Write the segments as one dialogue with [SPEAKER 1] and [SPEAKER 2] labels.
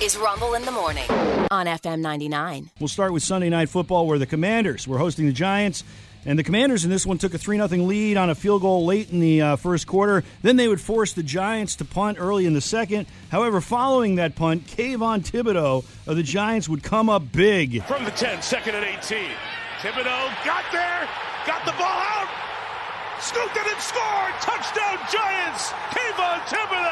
[SPEAKER 1] is Rumble in the Morning on FM 99.
[SPEAKER 2] We'll start with Sunday Night Football, where the Commanders were hosting the Giants. And the Commanders in this one took a 3 0 lead on a field goal late in the uh, first quarter. Then they would force the Giants to punt early in the second. However, following that punt, Kayvon Thibodeau of the Giants would come up big.
[SPEAKER 3] From the 10, second and 18. Thibodeau got there, got the ball out, scooped it and scored. Touchdown Giants, Kayvon Thibodeau.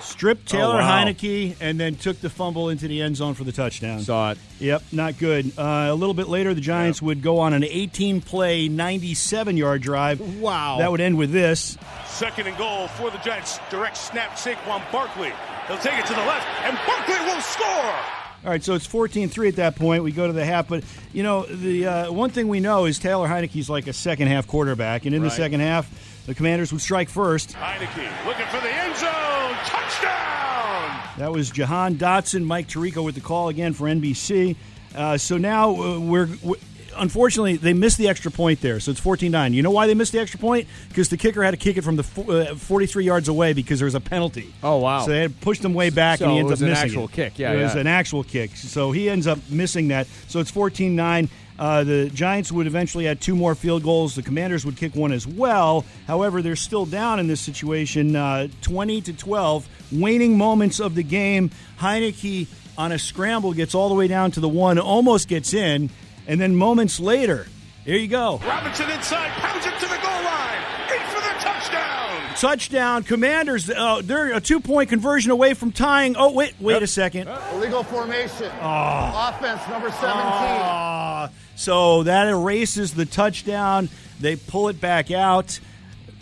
[SPEAKER 2] Stripped Taylor
[SPEAKER 4] Oh, wow.
[SPEAKER 2] Heineke and then took the fumble into the end zone for the touchdown.
[SPEAKER 4] Saw it.
[SPEAKER 2] Yep, not good. Uh, a little bit later, the Giants would go on an 18 play, 97 yard drive.
[SPEAKER 4] Wow.
[SPEAKER 2] That would end with this.
[SPEAKER 3] Second and goal for the Giants. Direct snap, Saquon Barkley. He'll take it to the left, and Barkley will score.
[SPEAKER 2] All right, so it's 14 3 at that point. We go to the half. But, you know, the uh, one thing we know is Taylor Heineke's like a second half quarterback. And in the
[SPEAKER 4] Right.
[SPEAKER 2] second half, the commanders would strike first.
[SPEAKER 3] Heineke looking for the end zone. Touchdown.
[SPEAKER 2] That was Jahan Dotson, Mike Tirico with the call again for NBC. Uh, so now uh, we're, we unfortunately they missed the extra point there. So it's 14-9. You know why they missed the extra point? Because the kicker had to kick it from the fo- uh, 43 yards away because there was a penalty.
[SPEAKER 4] Oh, wow.
[SPEAKER 2] So they had pushed him way back and
[SPEAKER 4] So
[SPEAKER 2] he
[SPEAKER 4] it
[SPEAKER 2] ends
[SPEAKER 4] was
[SPEAKER 2] up
[SPEAKER 4] an
[SPEAKER 2] missing
[SPEAKER 4] actual
[SPEAKER 2] it.
[SPEAKER 4] kick. Yeah,
[SPEAKER 2] it was
[SPEAKER 4] yeah.
[SPEAKER 2] an actual kick. So he ends up missing that. So it's 14-9. Uh, the Giants would eventually add two more field goals. The Commanders would kick one as well. However, they're still down in this situation, uh, 20 to 12. Waning moments of the game. Heineke on a scramble gets all the way down to the one, almost gets in, and then moments later, here you go,
[SPEAKER 3] Robinson inside, pounds it to the goal line. In for the touchdown.
[SPEAKER 2] touchdown. Commanders, uh, they're a two-point conversion away from tying. Oh wait, wait a second.
[SPEAKER 5] Illegal formation. Offense number 17.
[SPEAKER 2] Ah, so that erases the touchdown. They pull it back out,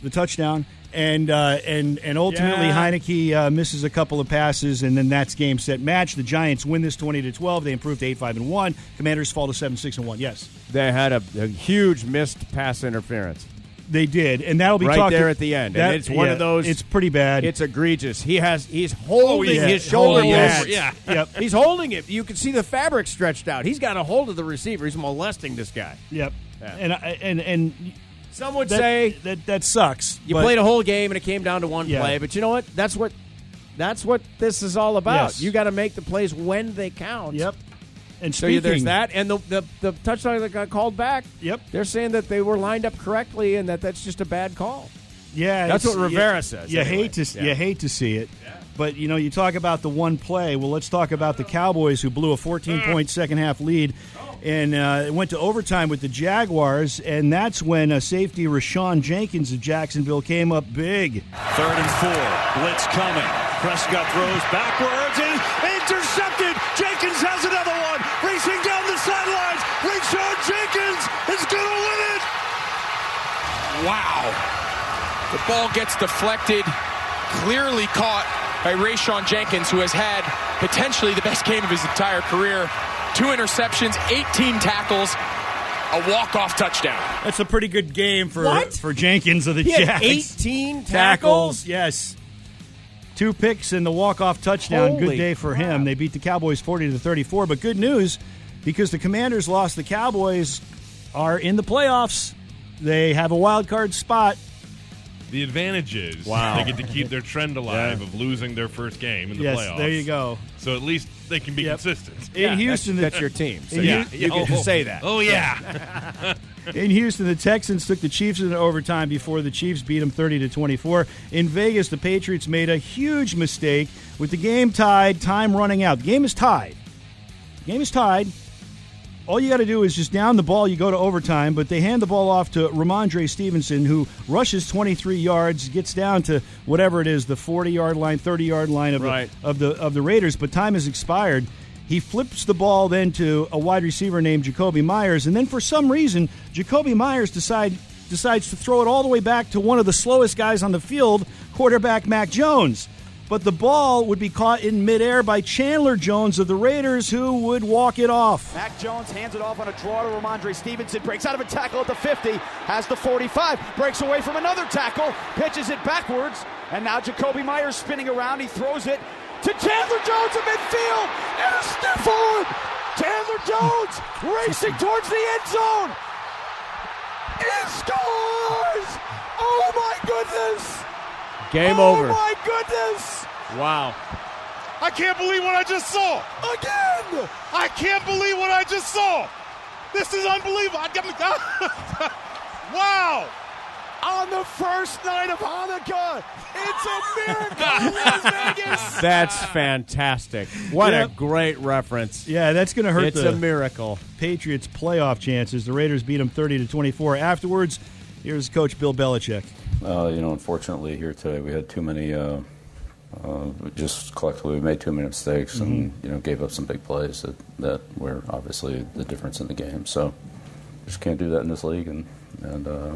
[SPEAKER 2] the touchdown, and uh, and and ultimately
[SPEAKER 4] Yeah.
[SPEAKER 2] Heineke uh, misses a couple of passes, and then that's game set match. The Giants win this twenty to twelve. They improve to eight five and one. Commanders fall to seven six and one. Yes,
[SPEAKER 4] They had a, a huge missed pass interference
[SPEAKER 2] they did, and that'll be
[SPEAKER 4] right
[SPEAKER 2] talked
[SPEAKER 4] there at the end.
[SPEAKER 2] That-
[SPEAKER 4] and it's one
[SPEAKER 2] yeah,
[SPEAKER 4] of those.
[SPEAKER 2] It's pretty bad.
[SPEAKER 4] It's egregious. He has. He's holding
[SPEAKER 2] Oh, yeah,
[SPEAKER 4] his shoulder
[SPEAKER 2] holding
[SPEAKER 4] pads.
[SPEAKER 2] it. Yep.
[SPEAKER 4] He's holding it. You can see the fabric stretched out. He's got a hold of the receiver. He's molesting this guy.
[SPEAKER 2] yep.
[SPEAKER 4] Yeah.
[SPEAKER 2] And I- and and
[SPEAKER 4] Some would
[SPEAKER 2] that,
[SPEAKER 4] say
[SPEAKER 2] that that sucks.
[SPEAKER 4] you
[SPEAKER 2] but-
[SPEAKER 4] played a whole game and it came down to one
[SPEAKER 2] Yeah.
[SPEAKER 4] play. But you know what? That's what that's what this is all about.
[SPEAKER 2] Yes.
[SPEAKER 4] You got to make the plays when they count.
[SPEAKER 2] Yep. And
[SPEAKER 4] So
[SPEAKER 2] speaking,
[SPEAKER 4] you there's that, and the, the the touchdown that got called back.
[SPEAKER 2] Yep.
[SPEAKER 4] They're saying that they were lined up correctly and that that's just a bad call.
[SPEAKER 2] Yeah,
[SPEAKER 4] That's
[SPEAKER 2] it's-
[SPEAKER 4] what Rivera
[SPEAKER 2] you-
[SPEAKER 4] says,
[SPEAKER 2] You
[SPEAKER 4] anyway.
[SPEAKER 2] hate to
[SPEAKER 4] Yeah.
[SPEAKER 2] you hate to see it, but you know you talk about the one play. Well, let's talk about the Cowboys who blew a 14 point second half lead and uh, it went to overtime with the Jaguars, and that's when uh, safety Rashawn Jenkins of Jacksonville came up big.
[SPEAKER 6] Third and four. Blitz coming. Prescott throws backwards and intercepted. Jenkins has another one. Racing down the sidelines. Rayshon Jenkins is going to win it.
[SPEAKER 7] Wow. The ball gets deflected, clearly caught by Rayshon Jenkins, who has had potentially the best game of his entire career. Two interceptions, 18 tackles, a walk-off touchdown.
[SPEAKER 2] That's a pretty good game for
[SPEAKER 4] What?
[SPEAKER 2] for Jenkins of the
[SPEAKER 4] He had
[SPEAKER 2] Jags.
[SPEAKER 4] 18
[SPEAKER 2] tackles.
[SPEAKER 4] tackles?
[SPEAKER 2] Yes. Two picks and the walk-off touchdown. good
[SPEAKER 4] Holy
[SPEAKER 2] day for
[SPEAKER 4] crap.
[SPEAKER 2] him. They beat the Cowboys 40 to 34, but good news because the Commanders lost, the Cowboys are in the playoffs. They have a wild card spot.
[SPEAKER 8] The advantage is
[SPEAKER 4] Wow.
[SPEAKER 8] they get to keep their trend alive of losing their first game in the
[SPEAKER 2] yes,
[SPEAKER 8] playoffs.
[SPEAKER 2] there you go.
[SPEAKER 8] So at least they can be
[SPEAKER 2] Yep.
[SPEAKER 8] consistent.
[SPEAKER 2] In Houston, the-
[SPEAKER 4] that's, that's your team. So
[SPEAKER 2] Yeah.
[SPEAKER 4] you, you can just say that.
[SPEAKER 8] Oh yeah.
[SPEAKER 2] In Houston, the Texans took the Chiefs in overtime before the Chiefs beat them 30 to 24. In Vegas, the Patriots made a huge mistake with the game tied, time running out. The game is tied. The game is tied. All you got to do is just down the ball. You go to overtime, but they hand the ball off to Ramondre Stevenson, who rushes 23 yards, gets down to whatever it is, the 40 yard line, 30 yard line of,
[SPEAKER 4] Right.
[SPEAKER 2] the, of the of the Raiders. But time has expired. He flips the ball then to a wide receiver named Jacoby Myers, and then for some reason, Jacoby Myers decide, decides to throw it all the way back to one of the slowest guys on the field, quarterback Mac Jones. But the ball would be caught in midair by Chandler Jones of the Raiders, who would walk it off.
[SPEAKER 9] Mac Jones hands it off on a draw to Ramondre Stevenson. Breaks out of a tackle at the 50, has the 45, breaks away from another tackle, pitches it backwards, and now Jacoby Myers spinning around. He throws it to Chandler Jones in midfield, and a stiff arm. Chandler Jones racing towards the end zone. It scores! Oh my goodness!
[SPEAKER 4] Game
[SPEAKER 9] oh
[SPEAKER 4] over.
[SPEAKER 9] my goodness!
[SPEAKER 4] Wow.
[SPEAKER 3] I can't believe what I just saw. Again! I can't believe what I just saw. This is unbelievable. I got me. wow!
[SPEAKER 9] On the first night of Hanukkah, it's a miracle, Las Vegas.
[SPEAKER 4] That's fantastic. What
[SPEAKER 2] Yep.
[SPEAKER 4] a great reference.
[SPEAKER 2] Yeah, that's going to hurt
[SPEAKER 4] It's
[SPEAKER 2] the
[SPEAKER 4] a miracle.
[SPEAKER 2] Patriots' playoff chances. The Raiders beat them 30 to 24. Afterwards, here's Coach Bill Belichick.
[SPEAKER 10] Uh, you know, unfortunately, here today we had too many. Uh, uh, just collectively, we made too many mistakes, and you know, gave up some big plays that, that were obviously the difference in the game. So, just can't do that in this league, and and uh,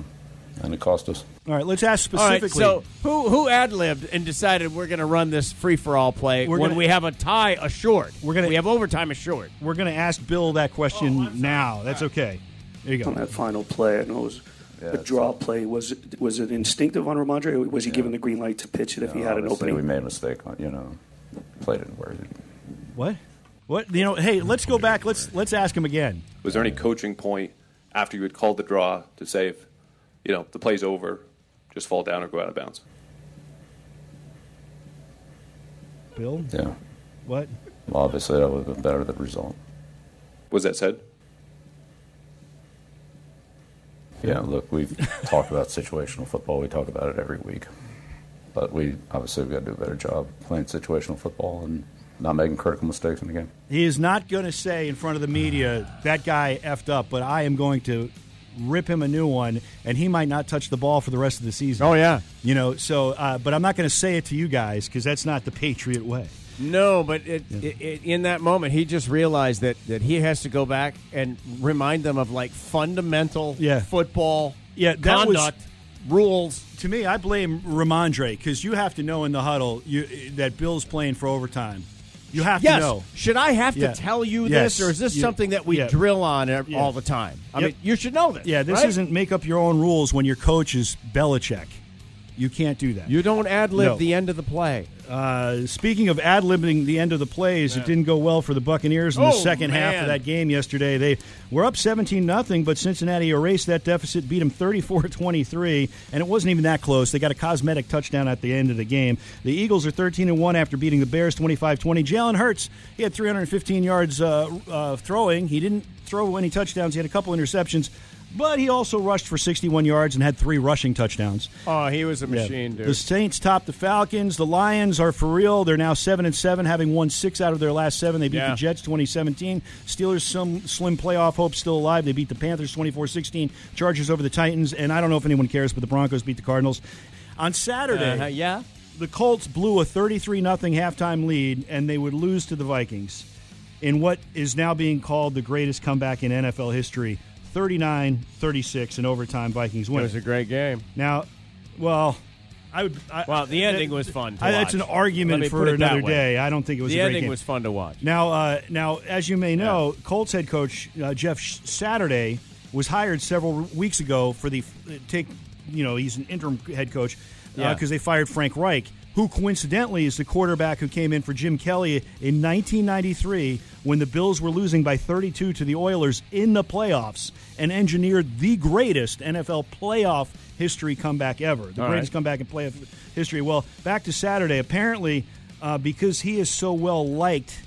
[SPEAKER 10] and it cost us.
[SPEAKER 2] All right, let's ask
[SPEAKER 4] All right,
[SPEAKER 2] specifically.
[SPEAKER 4] so who who ad libbed and decided we're going to run this free for all play
[SPEAKER 2] We're
[SPEAKER 4] when
[SPEAKER 2] gonna-
[SPEAKER 4] we have a tie assured?
[SPEAKER 2] We're gonna-
[SPEAKER 4] we have overtime assured.
[SPEAKER 2] We're going to ask Bill that question now. That's okay. There you
[SPEAKER 11] on
[SPEAKER 2] go.
[SPEAKER 11] that final play. I know it was a draw play. Was it, was it instinctive on Ramondre, or was he given the green light to pitch it if he had an
[SPEAKER 10] Obviously,
[SPEAKER 11] opening?
[SPEAKER 10] we made a mistake. You know, played it where
[SPEAKER 2] What? What? You know, hey, let's go back. Let's let's ask him again.
[SPEAKER 12] Was there any coaching point after you had called the draw to say, if, you know, the play's over, just fall down or go out of bounds?
[SPEAKER 2] Bill?
[SPEAKER 10] Yeah.
[SPEAKER 2] What?
[SPEAKER 10] Well, obviously, that would have been better the result.
[SPEAKER 12] Was that said?
[SPEAKER 10] Yeah, look, we've talked about situational football. We talk about it every week. But we obviously we've got to do a better job playing situational football and not making critical mistakes in the game.
[SPEAKER 2] He is not going to say in front of the media that guy effed up, but I am going to rip him a new one, and he might not touch the ball for the rest of the season.
[SPEAKER 4] Oh, yeah.
[SPEAKER 2] you know. So, uh, but I'm not going to say it to you guys because that's not the Patriot way.
[SPEAKER 4] No, but it, it, it, in that moment, he just realized that, that he has to go back and remind them of like fundamental
[SPEAKER 2] Yeah.
[SPEAKER 4] football
[SPEAKER 2] Yeah, that was-
[SPEAKER 4] conduct rules.
[SPEAKER 2] To me, I blame Ramondre because you have to know in the huddle you, that Bill's playing for overtime. You have
[SPEAKER 4] Yes.
[SPEAKER 2] to know.
[SPEAKER 4] Should I have
[SPEAKER 2] Yeah.
[SPEAKER 4] to tell you
[SPEAKER 2] Yes.
[SPEAKER 4] this, or is this
[SPEAKER 2] You-
[SPEAKER 4] something that we
[SPEAKER 2] yeah.
[SPEAKER 4] drill on ev-
[SPEAKER 2] Yeah.
[SPEAKER 4] all the time? I
[SPEAKER 2] Yep.
[SPEAKER 4] mean, you should know this.
[SPEAKER 2] Yeah, this
[SPEAKER 4] right?
[SPEAKER 2] isn't make up your own rules when your coach is Belichick. You can't do that.
[SPEAKER 4] You don't ad lib
[SPEAKER 2] No.
[SPEAKER 4] the end of the play.
[SPEAKER 2] Uh, speaking of ad libbing the end of the plays, it didn't go well for the Buccaneers in the
[SPEAKER 4] Oh,
[SPEAKER 2] second half
[SPEAKER 4] man.
[SPEAKER 2] of that game yesterday. They were up 17 nothing, but Cincinnati erased that deficit, beat them 34 23, and it wasn't even that close. They got a cosmetic touchdown at the end of the game. The Eagles are 13 and 1 after beating the Bears 25 20. Jalen Hurts, he had 315 yards uh, uh, throwing. He didn't throw any touchdowns, he had a couple interceptions. But he also rushed for 61 yards and had three rushing touchdowns.
[SPEAKER 4] Oh, he was a
[SPEAKER 2] Yeah.
[SPEAKER 4] machine, dude.
[SPEAKER 2] The Saints topped the Falcons. The Lions are for real. They're now seven and seven, having won six out of their last seven. They beat
[SPEAKER 4] Yeah.
[SPEAKER 2] the Jets 2017. Steelers some slim playoff hope still alive. They beat the Panthers 24-16. Chargers over the Titans, and I don't know if anyone cares, but the Broncos beat the Cardinals on Saturday.
[SPEAKER 4] Uh, yeah.
[SPEAKER 2] The Colts blew a 33 0 halftime lead, and they would lose to the Vikings in what is now being called the greatest comeback in NFL history. 39 36 in overtime, Vikings win.
[SPEAKER 4] It was a great game.
[SPEAKER 2] Now, well, I would. I,
[SPEAKER 4] Well, the ending
[SPEAKER 2] that-
[SPEAKER 4] was fun to
[SPEAKER 2] I- That's an
[SPEAKER 4] watch. Let
[SPEAKER 2] argument
[SPEAKER 4] me
[SPEAKER 2] for
[SPEAKER 4] put it that
[SPEAKER 2] another
[SPEAKER 4] way.
[SPEAKER 2] day. I don't think it was.
[SPEAKER 4] the
[SPEAKER 2] a great
[SPEAKER 4] ending
[SPEAKER 2] game.
[SPEAKER 4] was fun to watch.
[SPEAKER 2] Now, uh, now, as you may know, Colts head coach uh, Jeff Sh- Saturday was hired several weeks ago for the uh, take. You know, he's an interim head coach because
[SPEAKER 4] Yeah.
[SPEAKER 2] they fired Frank Reich, who coincidentally is the quarterback who came in for Jim Kelly in 1993 when the Bills were losing by 32 to the Oilers in the playoffs and engineered the greatest NFL playoff history comeback ever. The
[SPEAKER 4] All
[SPEAKER 2] greatest
[SPEAKER 4] right.
[SPEAKER 2] comeback in playoff history. Well, back to Saturday. Apparently, uh, because he is so well liked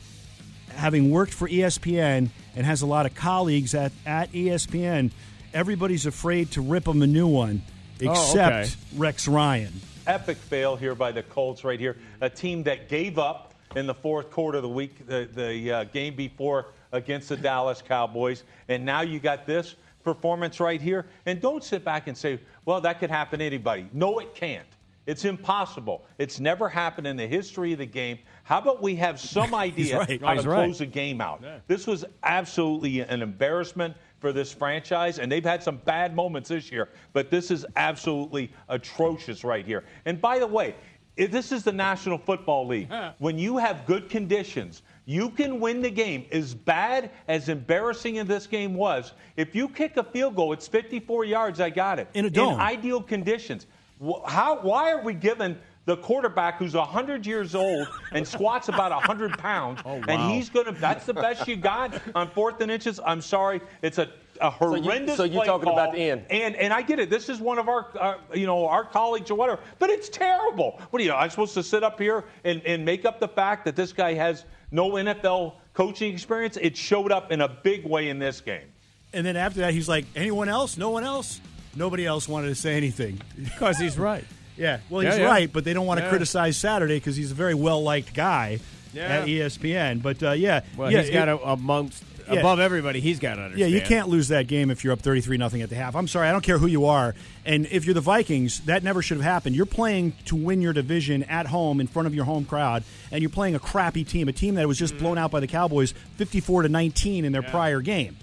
[SPEAKER 2] having worked for E ESPN and has a lot of colleagues at, at E ESPN, everybody's afraid to rip him a new one, except
[SPEAKER 4] okay.
[SPEAKER 2] Rex Ryan.
[SPEAKER 13] epic fail here by the Colts right here. A team that gave up in the fourth quarter of the week, the, the uh, game before against the Dallas Cowboys. And now you got this performance right here. And don't sit back and say, well, that could happen to anybody. No, it can't. It's impossible. It's never happened in the history of the game. How about we have some idea
[SPEAKER 2] right.
[SPEAKER 13] how to
[SPEAKER 2] He's right.
[SPEAKER 13] close a game out? This was absolutely an embarrassment for this franchise, and they've had some bad moments this year, but this is absolutely atrocious right here. And by the way, if this is the National Football League. When you have good conditions, you can win the game. As bad as embarrassing as this game was, if you kick a field goal, it's 54 yards. I got it
[SPEAKER 2] In a dome.
[SPEAKER 13] ideal conditions. Wh- How, why are we giving the quarterback who's 100 years old and squats about
[SPEAKER 14] Oh,
[SPEAKER 13] 100 pounds, and he's going to, that's the best you got on fourth and inches? I'm sorry. It's a a horrendous.
[SPEAKER 14] so you're
[SPEAKER 13] play
[SPEAKER 14] talking
[SPEAKER 13] call,
[SPEAKER 14] about Ian.
[SPEAKER 13] And and I get it. This is one of our, uh, you know, our colleagues or whatever. But it's terrible. What do you? I'm supposed to sit up here and and make up the fact that this guy has no NFL coaching experience? It showed up in a big way in this game.
[SPEAKER 2] And then after that, he's like, anyone else? No one else? Nobody else wanted to say anything. Because he's right. Yeah. Well, he's
[SPEAKER 4] Yeah, yeah.
[SPEAKER 2] right, but they don't want to
[SPEAKER 4] Yeah.
[SPEAKER 2] criticize Saturday because he's a very well liked guy
[SPEAKER 4] Yeah.
[SPEAKER 2] at E ESPN. But uh, yeah.
[SPEAKER 4] Well,
[SPEAKER 2] yeah,
[SPEAKER 4] he's got
[SPEAKER 2] it-
[SPEAKER 4] a, amongst
[SPEAKER 2] Yeah.
[SPEAKER 4] above everybody. He's got to understand.
[SPEAKER 2] Yeah, you can't lose that game if you're up 33 nothing at the half. I'm sorry, I don't care who you are. And if you're the Vikings, that never should have happened. You're playing to win your division at home in front of your home crowd, and you're playing a crappy team, a team that was just
[SPEAKER 4] Mm-hmm.
[SPEAKER 2] blown out by the Cowboys 54 to 19 in their prior game.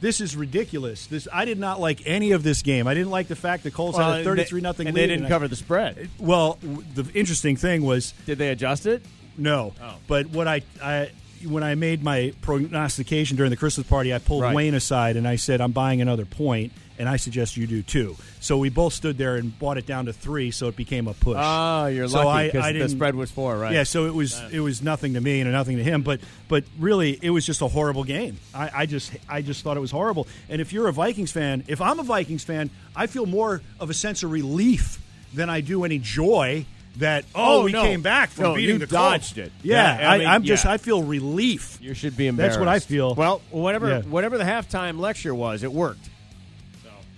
[SPEAKER 2] This is ridiculous. This I did not like any of this game. I didn't like the fact that Colts
[SPEAKER 4] Well,
[SPEAKER 2] had a
[SPEAKER 4] and
[SPEAKER 2] 33
[SPEAKER 4] they-
[SPEAKER 2] nothing
[SPEAKER 4] and they didn't cover the spread.
[SPEAKER 2] Well, w- the interesting thing was
[SPEAKER 4] did they adjust it?
[SPEAKER 2] No.
[SPEAKER 4] Oh.
[SPEAKER 2] But what I, I when I made my prognostication during the Christmas party, I pulled
[SPEAKER 4] Right.
[SPEAKER 2] Wayne aside and I said, "I'm buying another point, and I suggest you do too." So we both stood there and bought it down to three, so it became a push.
[SPEAKER 4] Ah, you're
[SPEAKER 2] so
[SPEAKER 4] lucky,
[SPEAKER 2] I-
[SPEAKER 4] 'cause
[SPEAKER 2] I
[SPEAKER 4] the
[SPEAKER 2] didn't-
[SPEAKER 4] spread was four, right?
[SPEAKER 2] Yeah, so it was it was nothing to me and nothing to him, but but really it was just a horrible game. I, I just I just thought it was horrible. And if you're a Vikings fan, if I'm a Vikings fan, I feel more of a sense of relief than I do any joy that oh,
[SPEAKER 4] Oh,
[SPEAKER 2] we
[SPEAKER 4] no.
[SPEAKER 2] came back from
[SPEAKER 4] No,
[SPEAKER 2] beating the
[SPEAKER 4] you dodged
[SPEAKER 2] Colts.
[SPEAKER 4] it.
[SPEAKER 2] Yeah,
[SPEAKER 4] Yeah, I
[SPEAKER 2] I
[SPEAKER 4] mean,
[SPEAKER 2] I'm just
[SPEAKER 4] yeah.
[SPEAKER 2] I feel relief.
[SPEAKER 4] You should be embarrassed.
[SPEAKER 2] That's what I feel.
[SPEAKER 4] Well, whatever
[SPEAKER 2] Yeah.
[SPEAKER 4] whatever the halftime lecture was, it worked.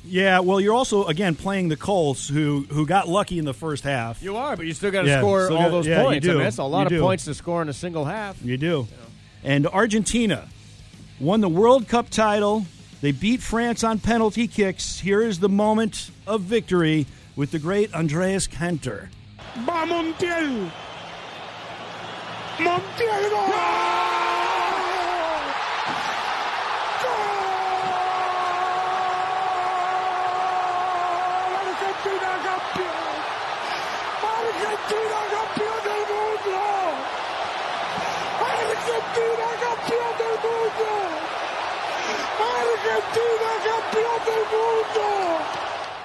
[SPEAKER 2] Yeah, well, you're also again playing the Colts, who who got lucky in the first half.
[SPEAKER 4] You are, but you still got to
[SPEAKER 2] Yeah,
[SPEAKER 4] score
[SPEAKER 2] still
[SPEAKER 4] all
[SPEAKER 2] gotta-
[SPEAKER 4] those
[SPEAKER 2] yeah, you
[SPEAKER 4] points. I
[SPEAKER 2] do.
[SPEAKER 4] mean, that's a lot
[SPEAKER 2] You
[SPEAKER 4] of
[SPEAKER 2] do.
[SPEAKER 4] points to score in a single half.
[SPEAKER 2] You do. And Argentina won the World Cup title. They beat France on penalty kicks. Here is the moment of victory with the great Andreas Kanter.
[SPEAKER 3] Va Montiel. Montiel gol! Gol! Argentina campeón. Argentina campeón del mundo. Argentina campeón del mundo. Argentina campeón del mundo.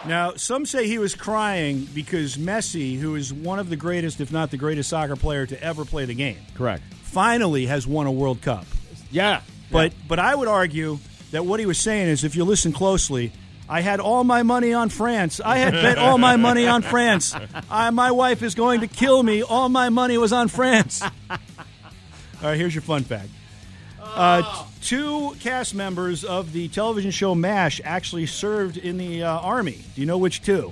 [SPEAKER 2] Now, some say he was crying because Messi, who is one of the greatest, if not the greatest soccer player to ever play the game,
[SPEAKER 4] Correct.
[SPEAKER 2] finally has won a World Cup.
[SPEAKER 4] Yeah.
[SPEAKER 2] But but I would argue that what he was saying is if you listen closely, I had all my money on France. I had bet all my money on France. I, my wife is going to kill me. All my money was on France. All right, here's your fun fact. Uh, t- two cast members of the television show MASH actually served in the uh, army. Do you know which two?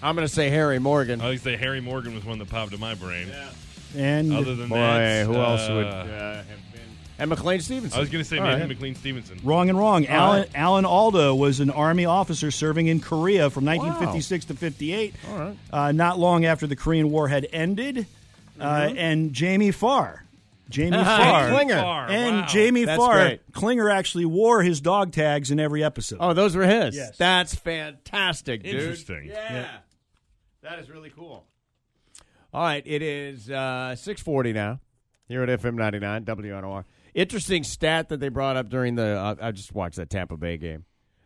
[SPEAKER 4] I'm going to say Harry Morgan.
[SPEAKER 8] I think Harry Morgan was one that popped in my brain.
[SPEAKER 2] And
[SPEAKER 8] other than
[SPEAKER 4] Boy,
[SPEAKER 8] that,
[SPEAKER 4] who else would-
[SPEAKER 2] uh,
[SPEAKER 8] have been?
[SPEAKER 4] And McLean Stevenson.
[SPEAKER 8] I was going to say
[SPEAKER 4] All
[SPEAKER 8] maybe
[SPEAKER 4] right.
[SPEAKER 8] McLean Stevenson.
[SPEAKER 2] Wrong and wrong.
[SPEAKER 4] All
[SPEAKER 2] Alan,
[SPEAKER 4] right.
[SPEAKER 2] Alan Alda was an Army officer serving in Korea from 1956 to 58, uh, not long after the Korean War had ended. Uh, and Jamie Farr. Jamie
[SPEAKER 4] Ah,
[SPEAKER 2] Farr.
[SPEAKER 4] Mm-hmm. Klinger. Farr,
[SPEAKER 2] And
[SPEAKER 4] wow.
[SPEAKER 2] Jamie
[SPEAKER 4] That's
[SPEAKER 2] Farr.
[SPEAKER 4] great.
[SPEAKER 2] Klinger actually wore his dog tags in every episode.
[SPEAKER 4] Oh, those were his.
[SPEAKER 2] Yes.
[SPEAKER 4] That's fantastic, dude.
[SPEAKER 2] Interesting.
[SPEAKER 4] Yeah.
[SPEAKER 2] Yeah.
[SPEAKER 4] That is really cool. All right, it is uh, 640 now here at FM 99 WNR. Interesting stat that they brought up during the uh, I just watched that Tampa Bay game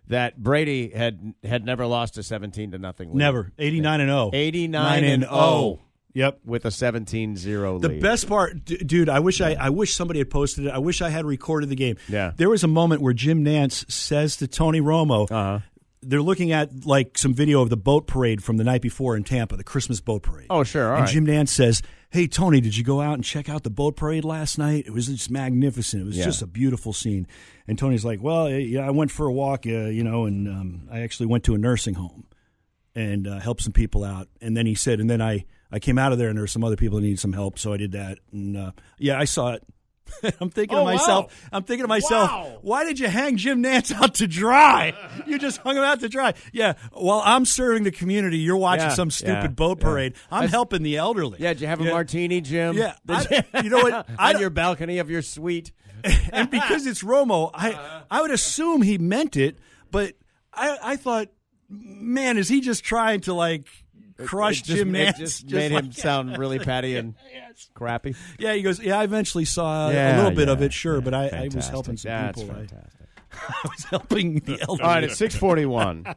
[SPEAKER 4] that Brady had had never lost a 17 to nothing lead.
[SPEAKER 2] Never. 89 and 0.
[SPEAKER 4] 89 and oh. 0.
[SPEAKER 2] Yep.
[SPEAKER 4] With a 17-0
[SPEAKER 2] The
[SPEAKER 4] lead.
[SPEAKER 2] best part, d- dude. I wish I, I wish somebody had posted it. I wish I had recorded the game.
[SPEAKER 4] Yeah.
[SPEAKER 2] There was a moment where Jim Nance says to Tony Romo,
[SPEAKER 4] Uh-huh.
[SPEAKER 2] they're looking at like some video of the boat parade from the night before in Tampa, the Christmas boat parade.
[SPEAKER 4] Oh, sure. all right.
[SPEAKER 2] and Jim Nance says, "Hey Tony, did you go out and check out the boat parade last night? It was just magnificent. It was
[SPEAKER 4] Yeah.
[SPEAKER 2] just a beautiful scene." And Tony's like, "Well, eh, yeah, I went for a walk, uh, you know, and um, I actually went to a nursing home and uh, helped some people out." And then he said, "And then I I came out of there, and there were some other people that needed some help, so I did that." And uh, yeah, I saw it. I'm thinking
[SPEAKER 4] Oh,
[SPEAKER 2] to
[SPEAKER 4] wow.
[SPEAKER 2] myself, I'm thinking to myself,
[SPEAKER 4] Wow.
[SPEAKER 2] why did you hang Jim Nance out to dry? You just hung him out to dry. Yeah, while I'm serving the community, you're watching
[SPEAKER 4] Yeah,
[SPEAKER 2] some stupid
[SPEAKER 4] yeah,
[SPEAKER 2] boat
[SPEAKER 4] yeah.
[SPEAKER 2] parade. I'm
[SPEAKER 4] That's-
[SPEAKER 2] helping the elderly.
[SPEAKER 4] Yeah, did you have a
[SPEAKER 2] Yeah.
[SPEAKER 4] martini, Jim?
[SPEAKER 2] Yeah,
[SPEAKER 4] Did
[SPEAKER 2] I- you know what? I
[SPEAKER 4] on
[SPEAKER 2] don't-
[SPEAKER 4] your balcony of your suite.
[SPEAKER 2] and because it's Romo,
[SPEAKER 4] Uh-huh.
[SPEAKER 2] I I would assume he meant it, but I I thought, man, is he just trying to like crush
[SPEAKER 4] It just-
[SPEAKER 2] Jim
[SPEAKER 4] it
[SPEAKER 2] Nance?
[SPEAKER 4] just
[SPEAKER 2] Just
[SPEAKER 4] made him
[SPEAKER 2] like-
[SPEAKER 4] sound really patty and crappy.
[SPEAKER 2] Yeah, he goes. Yeah, I eventually saw a
[SPEAKER 4] Yeah,
[SPEAKER 2] little bit
[SPEAKER 4] yeah,
[SPEAKER 2] of it, sure,
[SPEAKER 4] yeah,
[SPEAKER 2] but I, I was helping some
[SPEAKER 4] fantastic. That's
[SPEAKER 2] people. I-
[SPEAKER 4] fantastic.
[SPEAKER 2] I, was helping the elderly.
[SPEAKER 4] All right, it's 641.